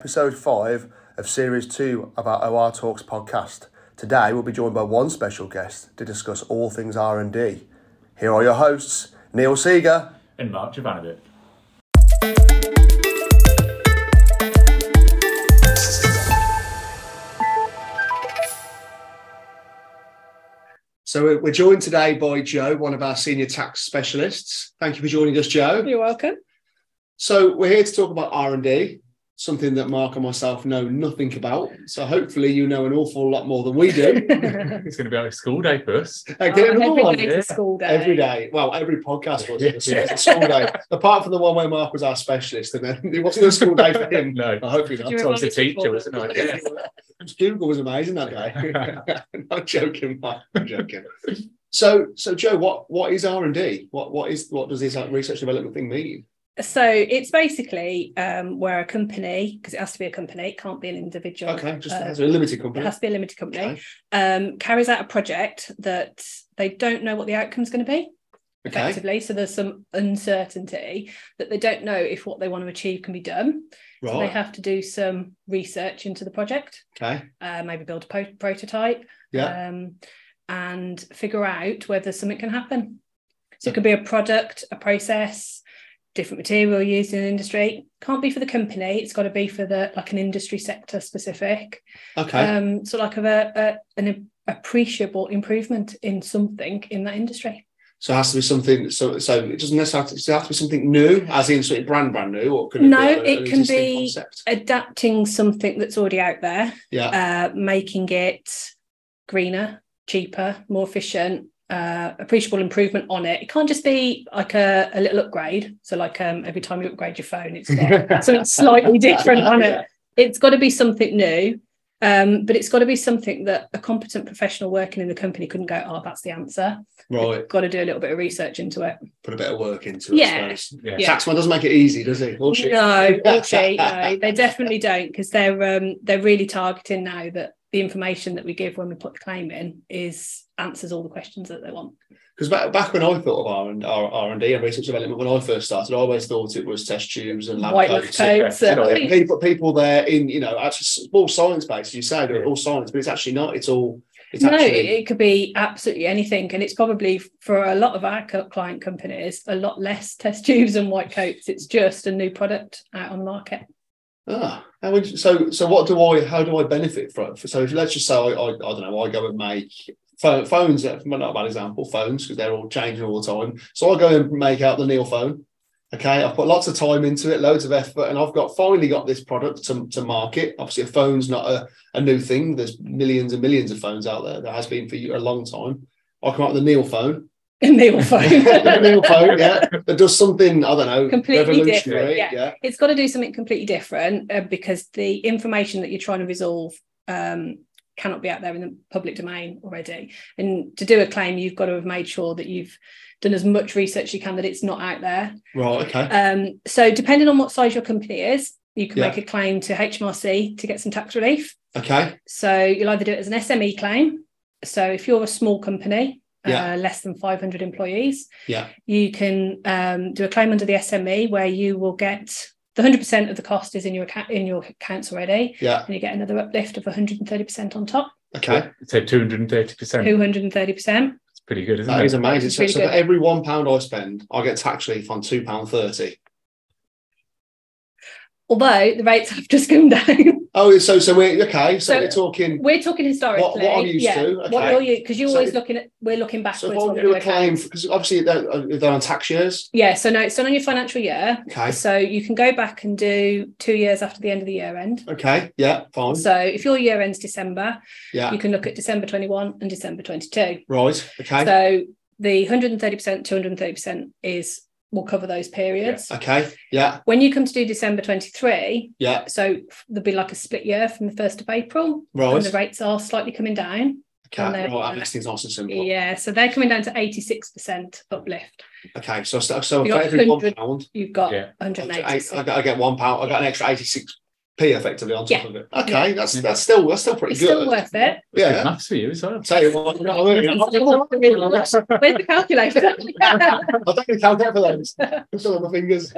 episode 5 of series 2 of our OR Talks podcast. Today we'll be joined by one special guest to discuss all things R&D. Here are your hosts, Neil Seeger and Mark Jovanovic. So we're joined today by Joe, one of our senior tax specialists. Thank you for joining us, Joe. You're welcome. So we're here to talk about R&D, something that Mark and myself know nothing about. So hopefully you know an awful lot more than we do. It's going to be like school day for us. I Oh, get another every one. day yeah. to school day. Every day. Well, every podcast was it was Yeah. a school day. Apart from the one where Mark was our specialist, and then it wasn't a school day for him. No, Well, hopefully not. Do you I was a remember teacher, people- wasn't I? Yeah. Google was amazing that day. not joking, Mark. I'm joking. So, so Joe, what what is R and D? What what is what does this like, research development thing mean? So it's basically um, where a company, because it has to be a company, it can't be an individual. Okay, just uh, as a limited it company. has to be a limited company. Okay. Um, carries out a project that they don't know what the outcome's going to be okay. effectively. So there's some uncertainty that they don't know if what they want to achieve can be done. So they Right. have to do some research into the project, Okay. uh, maybe build a po- prototype, Yeah. um, and figure out whether something can happen. So it could be a product, a process, different material used in an industry. Can't be for the company. It's got to be for the like an industry sector specific. Okay. Um, so like of a, a an appreciable improvement in something in that industry. so it has to be something. So so it doesn't necessarily have to, does it have to be something new, as in something brand brand new, or could it No, be a- it an can existing be- Concept? Adapting something that's already out there, Yeah. uh, making it greener, cheaper, more efficient. Uh, appreciable improvement on it. It can't just be like a, a little upgrade. So, like um, every time you upgrade your phone, it's got something slightly different on it. It's got to be something new, um, but it's got to be something that a competent professional working in the company couldn't go, oh, that's the answer. Right. Got to do a little bit of research into it. Put a bit of work into it. Yeah. I suppose. Yeah. Yeah. Taxman doesn't make it easy, does he? Bullshit. No, bullshit. no, they definitely don't because they're um, they're really targeting now that the information that we give when we put the claim in is answers all the questions that they want. because back, back when I thought of R and R and D and research development when I first started, I always thought it was test tubes and lab White coats. love coat. codes. yeah. uh, And people, people there in you know actually all science based. You say they're Yeah. all science, but it's actually not. It's all it's no, it, actually it could be absolutely anything, and it's probably for a lot of our co- client companies a lot less test tubes and white coats. It's just a new product out on the market. ah. How would you- so so what do I? How do I benefit from? it? So if let's just say I, I, I don't know, I go and make. pho- Phones, uh, not a bad example, phones, because they're all changing all the time. So I go and make out the Neil phone. Okay, I've put lots of time into it, loads of effort, and I've got finally got this product to, to market. Obviously, a phone's not a, a new thing. There's millions and millions of phones out there. There has been for a long time. I come up with a Neil phone. Neil the phone. Neil phone, yeah. That does something, I don't know, Completely revolutionary. different, yeah. yeah. it's got to do something completely different uh, because the information that you're trying to resolve um, cannot be out there in the public domain already. And to do a claim, you've got to have made sure that you've done as much research as you can that it's not out there. Right, okay. Um, so, depending on what size your company is, you can Yeah. make a claim to HMRC to get some tax relief. Okay. So, you'll either do it as an SME claim. So, if you're a small company, Yeah. uh, less than 500 employees, Yeah. you can um, do a claim under the SME where you will get the 100% of the cost is in your account, in your accounts already, Yeah. and you get another uplift of 130% on top, Okay. So 230%. 230%. It's pretty good, isn't That is it? amazing. It's So, really so good. for every one pound I spend, I get tax relief on two pound thirty. Although the rates have just come down, Oh, so so we're okay. So, So- we're talking. we're talking historically. What- what I'm used yeah. to, okay. What you're because you're So always if- looking at we're looking backwards. So if I when want we to do a look claim, at- because obviously they're, uh, they're on tax years. yeah. So no, it's done on your financial year, Okay. so you can go back and do two years after the end of the year end. Okay. Yeah. Fine. So if your year ends December, yeah. you can look at December 21 and December 22. Right. Okay. So the 130%, 230% is will cover those periods. okay. Yeah. When you come to do December 23, Yeah. so there'll be like a split year from the 1st of April, and Right. the rates are slightly coming down. Okay. and then- Right. That makes things nice and simple. Yeah, so they're coming down to 86% uplift. Okay. So so, so You for got every one 100 pound, You've got Yeah. I, 186. I, I get one pound. I got an extra eighty six p effectively on top Yeah. of it. Okay, that's Yeah. that's still that's still pretty It's good. still worth it. That's Yeah. Good maths for you as well. Tell you what, I Where's the calculator? will take a count out for those. I'm still on my fingers.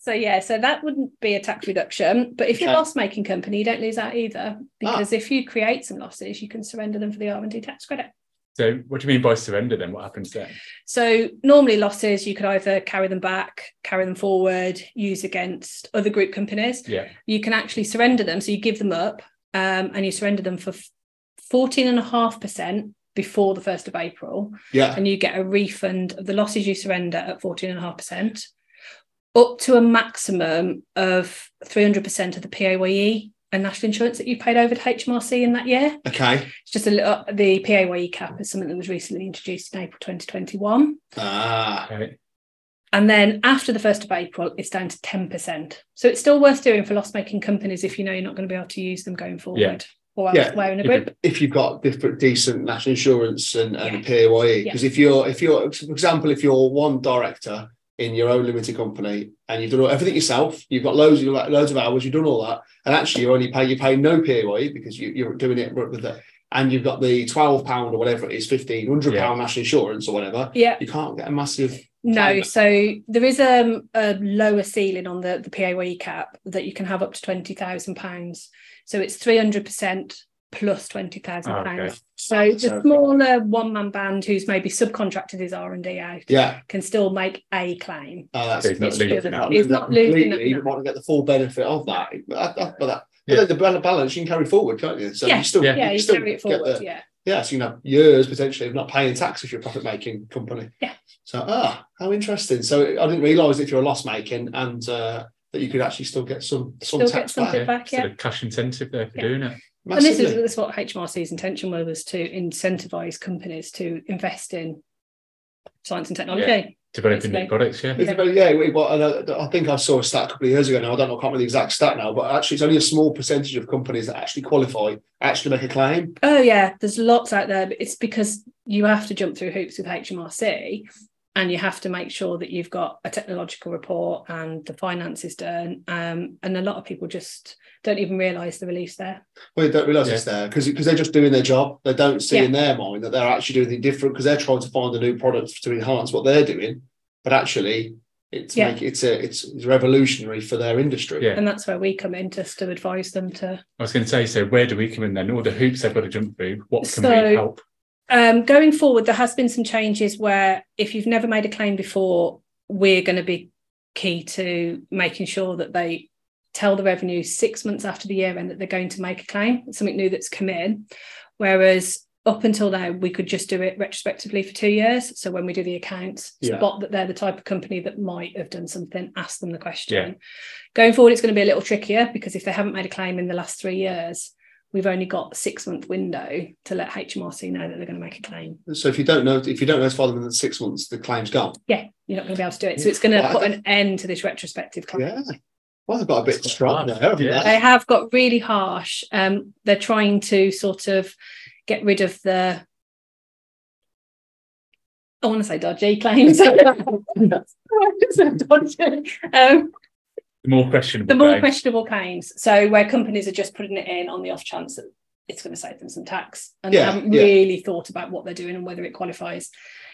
so yeah, so that wouldn't be a tax reduction. But if you're a Okay. loss-making company, you don't lose out either, because if you create some losses, you can surrender them for the R and D tax credit. So what do you mean by surrender then? What happens then? So normally losses, you could either carry them back, carry them forward, use against other group companies. Yeah. You can actually surrender them. So you give them up um, and you surrender them for 14.5% before the 1st of April. yeah. And you get a refund of the losses you surrender at 14.5%, up to a maximum of 300% of the PAYE E and national insurance that you paid over to HMRC in that year. Okay. It's just a little, the PAYE cap is something that was recently introduced in April 2021. Ah. Okay. And then after the 1st of April, it's down to 10%. So it's still worth doing for loss making companies if you know you're not going to be able to use them going forward Yeah. or Yeah. elsewhere in a You group. If you've got different decent national insurance and, and PAYE, because E, if you're if you're for example, if you're one director in your own limited company and you've done all- everything yourself, you've got loads of loads of hours, you've done all that, and actually you're only pay you pay no PAYE E because you, you're doing it with the and you've got the twelve pound or whatever it is, fifteen hundred pound national insurance or whatever, Yeah, you can't get a massive no. Fine. So there is um, a lower ceiling on the, the PAYE cap that you can have up to £20,000. So it's 300% plus £20,000. Okay. So the Ah, So- smaller one man band who's maybe subcontracted his R&D out Yeah, can still make a claim. uh, So he's not it's- losing it's- out. it's- not losing completely, it, no. You want to get the full benefit of that, but, that, that- but, that, but Yeah. then the bal- balance you can carry forward, can't you? So Yeah, you still, yeah, Yeah, you still carry it get forward. the- Yeah. yeah, so you can have years potentially of not paying tax if you're a profit making company. Yeah. So ah, how interesting. So I didn't realise if you're loss making and uh, that you could actually still get some some Still tax get some back. bit back, Sort of cash incentive there for Yeah. doing it. And this is, Massively. this is what HMRC's intention was, was to incentivise companies to invest in science and technology. Developing Basically. new products, yeah. It's about- yeah, we- well, and uh, I, I think I saw a stat a couple of years ago now. I don't know, I can't remember the exact stat now, but actually, it's only a small percentage of companies that actually qualify actually make a claim. Oh yeah, there's lots out there, but it's because you have to jump through hoops with HMRC and you have to make sure that you've got a technological report and the finance is done. Um, and a lot of people just don't even realise the relief's there. Well, they don't realise it's there because because they're just doing their job. They don't see in their mind that they're actually doing anything different because they're trying to find a new product to enhance what they're doing. But actually, it's Yeah. make, it's a it's, it's revolutionary for their industry. Yeah. And that's where we come in just to advise them to I was going to say, so where do we come in then? All the hoops they've got to jump through. What can So- we help? um, going forward, there has been some changes where if you've never made a claim before, we're going to be key to making sure that they tell the revenue six months after the year end that they're going to make a claim, It's something new that's come in. Whereas up until now, we could just do it retrospectively for two years. So when we do the accounts, Yeah. spot that they're the type of company that might have done something, ask them the question. Yeah. Going forward, it's going to be a little trickier because if they haven't made a claim in the last three years, we've only got a six month window to let HMRC know that they're going to make a claim. So if you don't know if you don't notify them in the six months, the claim's gone. Yeah, you're not going to be able to do it. So it's going to Well, I put an end to this retrospective claim. Yeah. Well, they've got a bit That's quite strong there. hard. haven't Yeah. they? They have got really harsh. Um, they're trying to sort of get rid of the. I want to say dodgy claims. Dodgy. Um, The more questionable. the more though. questionable claims. So where companies are just putting it in on the off chance that it's going to save them some tax, and Yeah, they haven't yeah. really thought about what they're doing and whether it qualifies,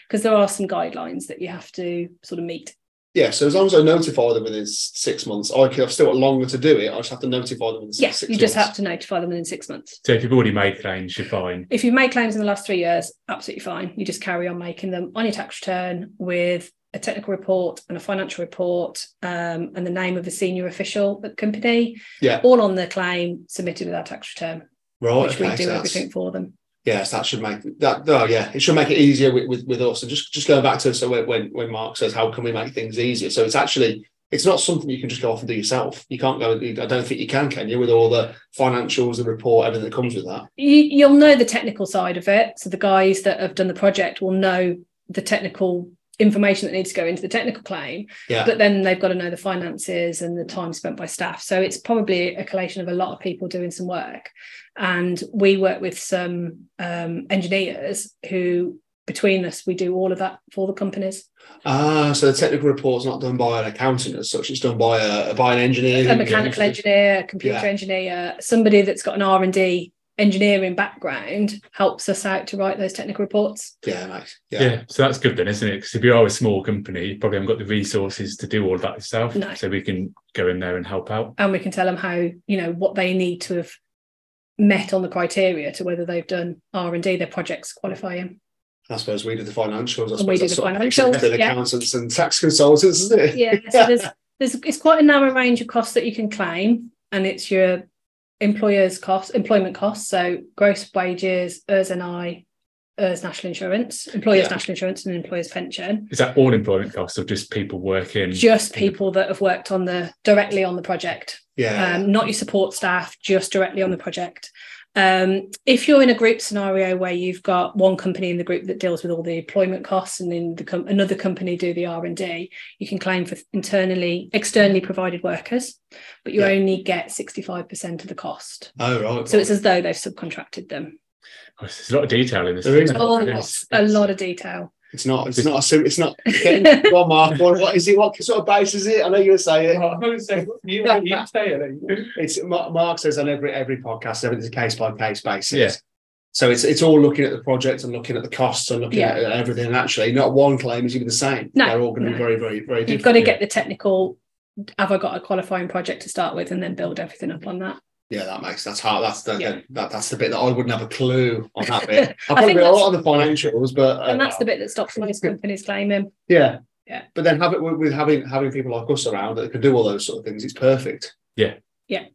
because there are some guidelines that you have to sort of meet. Yeah. So as long as I notify them within s- six months, I could, I've still got longer to do it. I just have to notify them in six, Yes, six you months. just have to notify them within six months. So if you've already made claims, you're fine. If you've made claims in the last three years, absolutely fine. You just carry on making them on your tax return with a technical report and a financial report um, and the name of a senior official at the company. Yeah. All on the claim submitted with our tax return, right. which we okay, so do that's- everything for them. Yes, that should make that. Oh, yeah, it should make it easier with, with, with us. And just just going back to so when, when when Mark says how can we make things easier, so it's actually it's not something you can just go off and do yourself. You can't go. I don't think you can, can you? With all the financials, the report, everything that comes with that. you, you'll know the technical side of it. So the guys that have done the project will know the technical information that needs to go into the technical claim, Yeah, but then they've got to know the finances and the time spent by staff. So it's probably a collation of a lot of people doing some work. And we work with some um, engineers who between us, we do all of that for the companies. Ah, so the technical report's not done by an accountant as such; it's done by a by an engineer. who- a mechanical engineer, a computer Yeah. engineer, somebody that's got an R and D engineering background helps us out to write those technical reports. Yeah, nice. Yeah. so that's good then, isn't it? Because if you are a small company, you probably haven't got the resources to do all of that yourself. No. So we can go in there and help out. And we can tell them how, you know, what they need to have met on the criteria to whether they've done R and D, their projects qualifying. I suppose we do the financials. I And we suppose do that's the sort of picture financials, between yeah. accountants and tax consultants, isn't it? Yeah. So there's there's it's quite a narrow range of costs that you can claim and it's your employer's costs, employment costs. So gross wages, ERS and I, ERS national insurance, employer's Yeah. national insurance and employer's pension. Is that all employment costs or just people working? just people that have worked on the directly on the project Yeah. um, not your support staff just directly on the project um, if you're in a group scenario where you've got one company in the group that deals with all the employment costs and then the com- another company do the r&d you can claim for internally externally provided workers but you Yeah. only get 65% of the cost oh right. so it's as though they've subcontracted them Oh, There's a lot of detail in this. There is. isn't it? oh, It that's is. a lot of detail It's not. It's not. A, sim- it's not. Getting one mark. What, what is it? What sort of base is it? I know you're going to say it. It's Ma- Mark says on every every podcast, everything's a case by case basis. Yeah. So it's it's all looking at the project and looking at the costs and looking Yeah. at everything. And actually, not one claim is even the same. No, They're all going to be no. very, very, very you've different. got to yeah. get the technical have i got a qualifying project to start with and then build everything up on that Yeah, that makes that's hard. That's the, Yeah. that, that's the bit that I wouldn't have a clue on that bit. I've I probably think been a lot on the financials, but uh, and that's the bit that stops most companies claiming. yeah, Yeah. But then have it with, with having having people like us around that can do all those sort of things. It's perfect. Yeah. Yeah.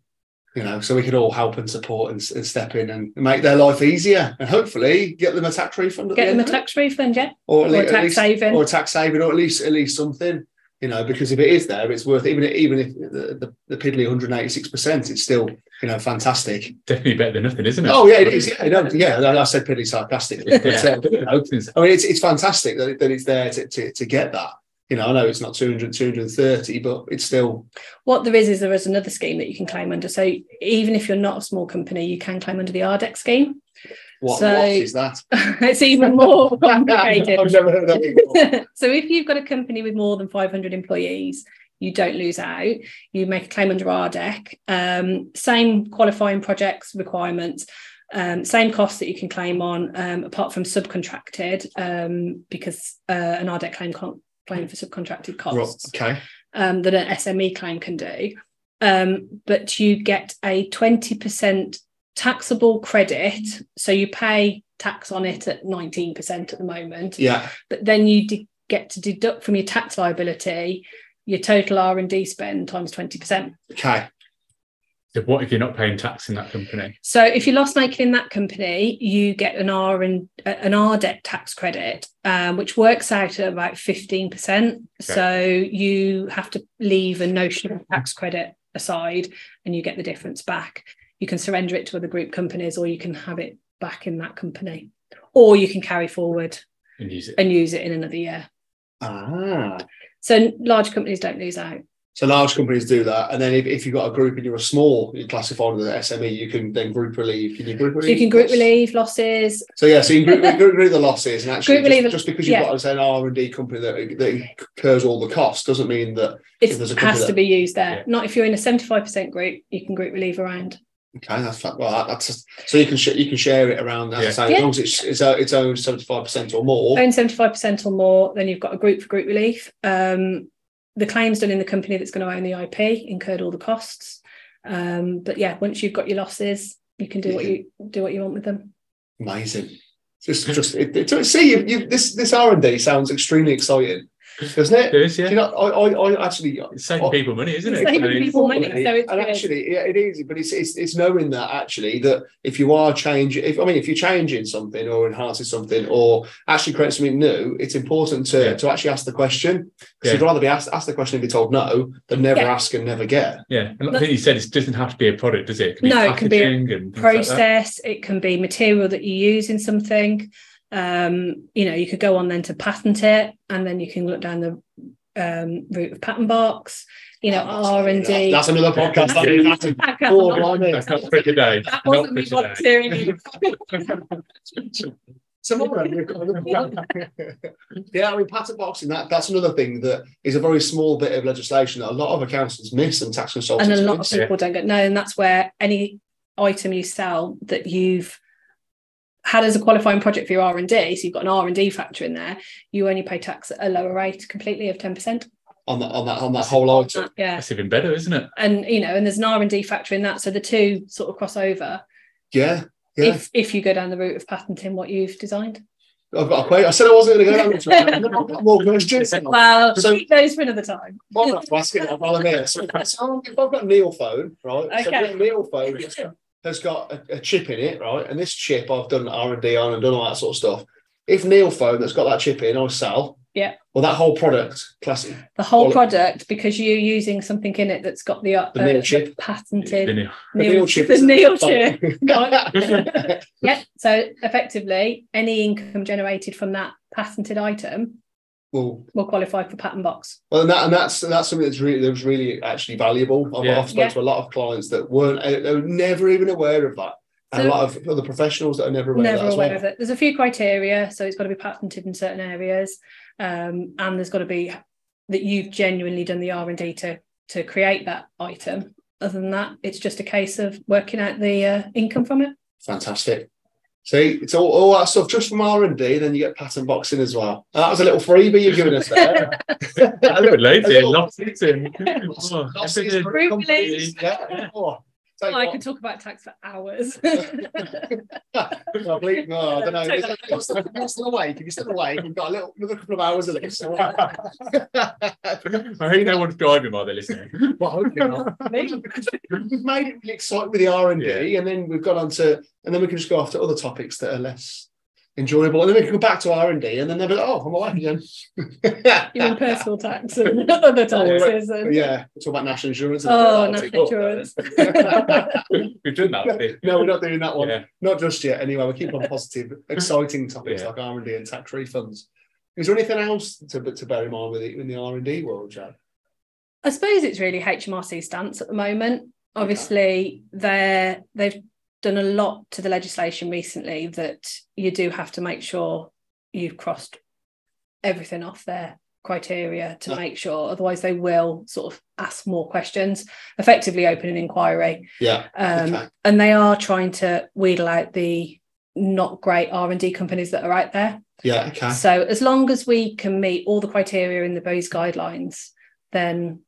You know, so we can all help and support and, s- and step in and make their life easier, and hopefully get them a tax refund. At Get the end them a of it. tax refund, yeah, or, at or lea- a at tax least- saving. or a tax saving, or at least at least something. You know, because if it is there, it's worth even even if the the, the piddly one hundred eighty six percent, it's still you know fantastic. Definitely better than nothing, isn't it? Oh yeah, it is. Yeah, no, yeah. I I said pretty sarcastic. But, uh, you know, I mean, it's, it's fantastic that, it- that it's there to, to, to get that. You know, I know it's not 200, 230, but it's still What there is is there is another scheme that you can claim under. So even if you're not a small company, you can claim under the RDEC scheme. what, So- what is that? it's even more I've complicated. never heard that before. so if you've got a company with more than 500 employees, you don't lose out. You make a claim under RDEC. Um, same qualifying projects requirements, um, same costs that you can claim on, um, apart from subcontracted, um, because uh, an RDEC claim can't claim for subcontracted Right, costs okay. um, that an SME claim can do. Um, but you get a 20% taxable credit. So you pay tax on it at 19% at the moment Yeah. but then you de- get to deduct from your tax liability your total R&D spend times 20%. Okay. So what if you're not paying tax in that company? So if you're loss making in that company, you get an R and uh, an RDEC tax credit, um, which works out at about 15%. So you have to leave a notional tax credit aside and you get the difference back. You can surrender it to other group companies or you can have it back in that company. Or you can carry forward And use it. and use it in another year. Ah. So large companies don't lose out. So large companies do that. And then if, if you've got a group and you're a small, you're classified as an SME, you can then group relieve. Can you group So relieve? you can group relieve losses. So yeah, so you can group, group relieve the losses, and actually, Group relieve just, the- just because you've yeah. got say, an R and D company that, that incurs all the costs doesn't mean that. It If there's a couple has that- to be used there. Yeah. Not if you're in a 75% group, you can group relieve around. Okay, that's fa- well, that, that's just, so you can sh- you can share it around. As, I Yeah. say, as Yeah. long as it's it's, o- it's own seventy five percent or more. Own 75% or more, then you've got a group for group relief. Um, the claims done in the company that's going to own the IP incurred all the costs. Um, but yeah, once you've got your losses, you can do what you do what you want with them. Amazing. Just just it, it, see you, you this this R and D sounds extremely exciting, doesn't it? There is, You yeah. know, I I, I actually It's saving people money, isn't it? It's saving I mean, people- Well, money, so it's and good. actually, yeah, it is. But it's, it's it's knowing that actually that if you are changing, if I mean, if you're changing something or enhancing something or actually creating something new, it's important to Yeah. to actually ask the question because Yeah. you'd rather be asked ask the question and be told no than never Yeah. ask and never get. Yeah, and like I think you said it doesn't have to be a product, does it? It can be No, it can be a packaging and things like that. Process, it can be material that you use in something. Um, you know, you could go on then to patent it and then you can look down the um, route of patent box, you know, Oh, That's- R&D. That's another podcast. that is. That's a- That oh, wasn't blimey. That's not for today. that Not wasn't for me today. volunteering you. Tomorrow, you're coming up. yeah, I mean, patent boxing, that, that's another thing that is a very small bit of legislation that a lot of accountants miss and tax consultants and a lot of miss. Yeah. people don't get no and that's where any item you sell that you've had as a qualifying project for your r&d so you've got an r&d factor in there you only pay tax at a lower rate completely of 10% on that on that on that whole item. yeah That's even better, isn't it? and you know and there's an r&d factor in that so the two sort of cross over Yeah, yeah. if if you go down the route of patenting what you've designed I've got a question. I said I wasn't going to go down this road. I've never got more questions. Well, well So- keep those for another time I'm not asking that while I'm here. So, so if I've Oh, got a Neil phone, right? So Okay. I've got a Neil phone has got- has got a, a chip in it, right? And this chip I've done R and D on and done all that sort of stuff. If Neil phone that's got that chip in, I sell. Yeah. Well, that whole product, classic, the whole Well- product because you're using something in it that's got the, uh, The Neil chip. patented Then you- The Neil chip the is- Neil chip yeah, Yeah. So effectively, any income generated from that patented item well, will qualify for patent box. well, and, that, and that's that's something that's really that was really actually valuable. I've, Yeah. I've spoken Yeah. to a lot of clients that weren't, they were never even aware of that, and So- a lot of other professionals that are never aware of Never that as aware well. of it. There's a few criteria, so it's got to be patented in certain areas, um, and there's got to be that you've genuinely done the R and D to to create that item. Other than that, it's just a case of working out the uh, income from it. Fantastic. See, it's all, all that stuff just from R and D. Then you get pattern boxing as well. That was a little freebie you're giving us there. Oh, I would like That's to. all. Lots of them. Lots- Oh, lots of everything. different Free companies. release. Yeah. Oh, take I one. could talk about tax for hours. I believe- no, I don't know. Take Is that. it- You're still, you're still awake. If you're still awake, we've got a little, another couple of hours of this. So- I hope no one's driving while they're listening. Well, hopefully not. We've made it really exciting with the R and D, and then we've gone on to, and then we can just go off to other topics that are less enjoyable, and then we can go back to R and D, and then they'll be like, "Oh, I'm awake again." You're on personal tax and other taxes. But And, Yeah, it's all about national insurance. oh, I'll national take up. insurance. We've done that. haven't we? No, we're not doing that one. Yeah. Not just yet. Anyway, we keep on positive, exciting topics Yeah. like R and D and tax refunds. Is there anything else to, to bear in mind with it in the R and D world, Jad? Um, I suppose it's really HMRC's stance at the moment. Obviously, they're they've done a lot to the legislation recently that you do have to make sure you've crossed everything off their criteria to Yeah. make sure. Otherwise, they will sort of ask more questions, effectively open an inquiry. Yeah. Um, okay. And they are trying to wheedle out the not great R and D companies that are out there. Yeah. Okay. So as long as we can meet all the criteria in the BOES guidelines, then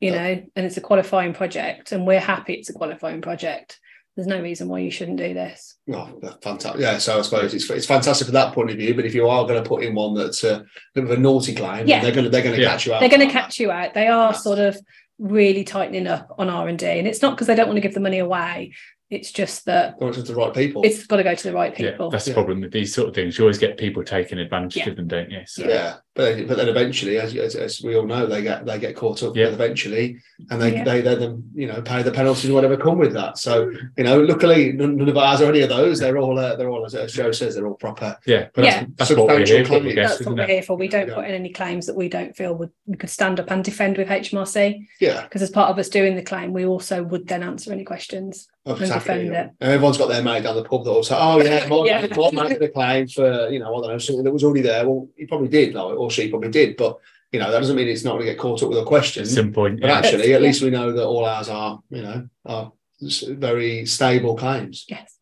you Yeah. know, and it's a qualifying project, and we're happy it's a qualifying project. There's no reason why you shouldn't do this. Oh, fantastic. Yeah. So I suppose it's it's fantastic from that point of view. But if you are going to put in one that's a bit of a naughty claim, Yeah. they're going to they're going to Yeah. catch you out. They're going to for that. catch you out. They are Yes. sort of really tightening up on R and D, and it's not because they don't want to give the money away. It's just that Or it's with the right people. it's got to go to the right Yeah, people. that's the Yeah. problem with these sort of things. You always get people taking advantage Yeah. of them, don't you? So, yeah, but but then eventually, as, as, as we all know, they get they get caught up Yeah. with eventually, and they Yeah. they they then you know pay the penalties or whatever come with that. So you know, luckily none, none of ours are any of those. They're all uh, they're all as as Joe says, they're all proper. yeah, But Yeah. that's what we're here for, substantial I claims. guess, That's what isn't we're it? here for. We don't Yeah. put in any claims that we don't feel would we could stand up and defend with HMRC Yeah, because as part of us doing the claim, we also would then answer any questions. exactly. defend it. And everyone's got their mate down the pub that will say, "Oh yeah, my Yeah. my mate did a claim for you know I don't know something that was already there." Well, he probably did, like, or she probably did, but you know that doesn't mean it's not going to get caught up with a question. At some point, But yeah. actually, Yeah. at least we know that all ours are, you know, are s- very stable claims. Yes.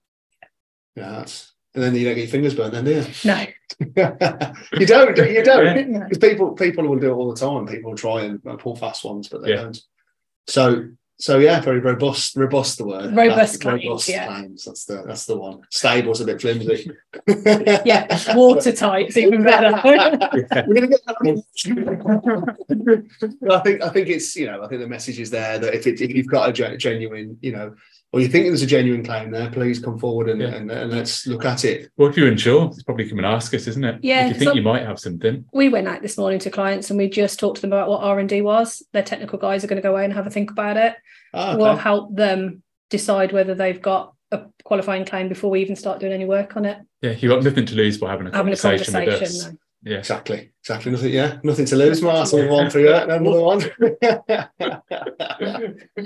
You know, that's, and then you don't get your fingers burnt, then do you? No. you don't. do you? You don't. Yeah. No. Because people people will do it all the time. People try and uh, pull fast ones, but they Yeah. don't. So so yeah, very robust. Robust, the word. Robust That's- claims, robust yeah. claims. That's the that's the one. Stable's a bit flimsy. Yeah, watertight's even better. Yeah. We're going to get that. on- But I think I think it's you know I think the message is there that if it, if you've got a gen- genuine you know or you think there's a genuine claim there, please come forward and Yeah. and, and let's look at it. Well, if you're unsure, it's probably come and ask us, isn't it? Yeah, If you 'cause think I- you might have something, we went out this morning to clients and we just talked to them about what R and D was. Their technical guys are going to go away and have a think about it. Ah, okay. We'll help them decide whether they've got a qualifying claim before we even start doing any work on it. yeah, you've got nothing to lose by having a Having a conversation, conversation. with us. though. Yeah. Exactly. Exactly. Nothing. Yeah. Nothing to lose. Mars. Move on through that. Another one. Oh, dear.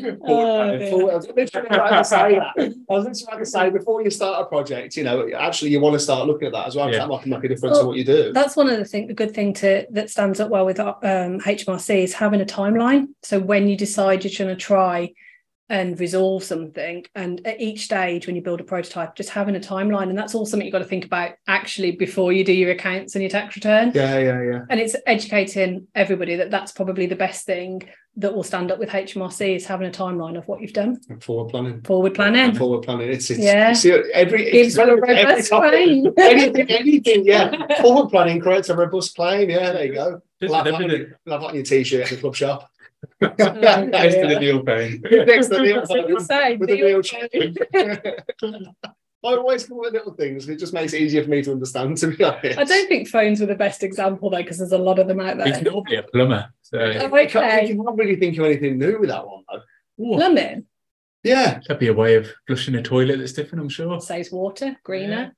Before- I was literally about to say that. I was literally about to say before you start a project, you know, actually you want to start looking at that as well. 'cause Yeah. That might make a difference to Well, what you do. That's one of the thing, the good thing to that stands up well with um, HMRC is having a timeline. So when you decide you're going to try and resolve something, and at each stage when you build a prototype, just having a timeline, and that's all something you've got to think about actually before you do your accounts and your tax return. Yeah. Yeah. Yeah. And it's educating everybody that that's probably the best thing that will stand up with HMRC is having a timeline of what you've done. And forward planning. Forward planning Forward planning. It's, it's Yeah. See, every gives you a relevant to every robust topic. brain. anything, anything, yeah. Forward planning, correct? A robust plane, yeah. There you go. Love that, on Definitely. your- love that on your t-shirt at the club shop. Next to Yeah. the Neil Payne. Next to the Neil That's what Payne. you're saying. with a Do you- real change. I always come up with little things. It just makes it easier for me to understand. To be honest, I don't think phones were the best example though, because there's a lot of them out We there. can all be a plumber. So You can't, Okay, you can't really think of anything new with that one though. Ooh, plumbing Yeah, that'd be a way of flushing a toilet that's different, I'm sure. saves water, greener.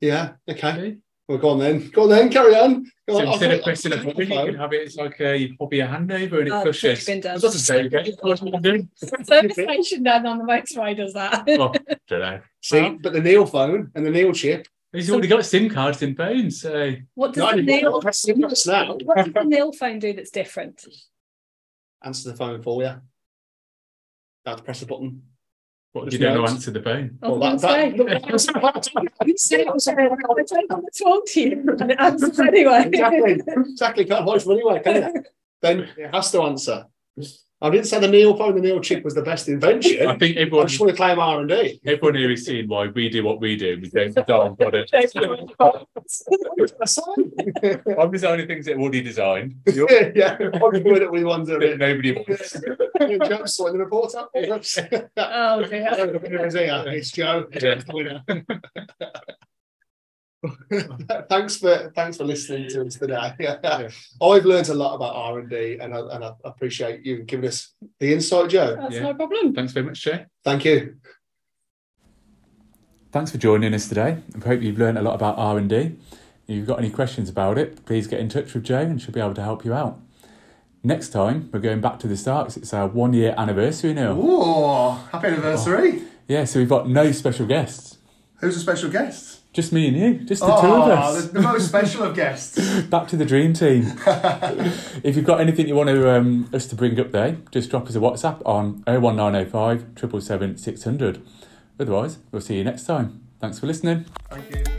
yeah. Okay. Okay. Well, go on then. Go on then. Carry on. Go So on. I'll instead come- of pressing a I'll come button, you on can the phone. have it. It's like uh, you pop your hand over and it Oh, flushes. been done. That's not a say okay. What do you do? Service station down on the motorway does that. Well, I don't know. See, but the Neil phone and the Neil chip. He's already got SIM cards in phones, so What does Not the anymore. Neil? Press the buttons now. What does the Neil phone do that's different? Answer the phone for you. Now to press the button. what Just you don't know notes. answer the phone. Oh, Well, well, that- that- that, You see, I'm sorry, I'm sorry. talk to you and it answers anyway. exactly, exactly. Can't hide from anywhere, can it? Then it has to answer. I didn't say the Neil phone, the Neil chip was the best I invention. think I'm everyone, just want to claim R and D. everyone here has seen why we do what we do. We don't design products. I'm designing things that are already designed. You're, Yeah, yeah. I'm doing it with ones that that are nobody wants. Joe's sorting the report out. Oops. Oh dear. It's Joe. Yeah. thanks for thanks for listening to us today. I've learned a lot about R and D, and I, and I appreciate you giving us the insight, Joe. That's Yeah. no problem. Thanks very much, Jay. Thank you. Thanks for joining us today. I hope you've learned a lot about R&D. If you've got any questions about it, please get in touch with Jay and she'll be able to help you out. Next time, we're going back to the start 'cause it's our one-year anniversary now. Ooh, happy anniversary. Yeah, so we've got no special guests. Who's a special guest? Just me and you, just the oh, two of us. The, the most special of guests. Back to the dream team. if you've got anything you want to, um, us to bring up there, just drop us a WhatsApp on 01905 777 600. Otherwise, we'll see you next time. Thanks for listening. Thank you.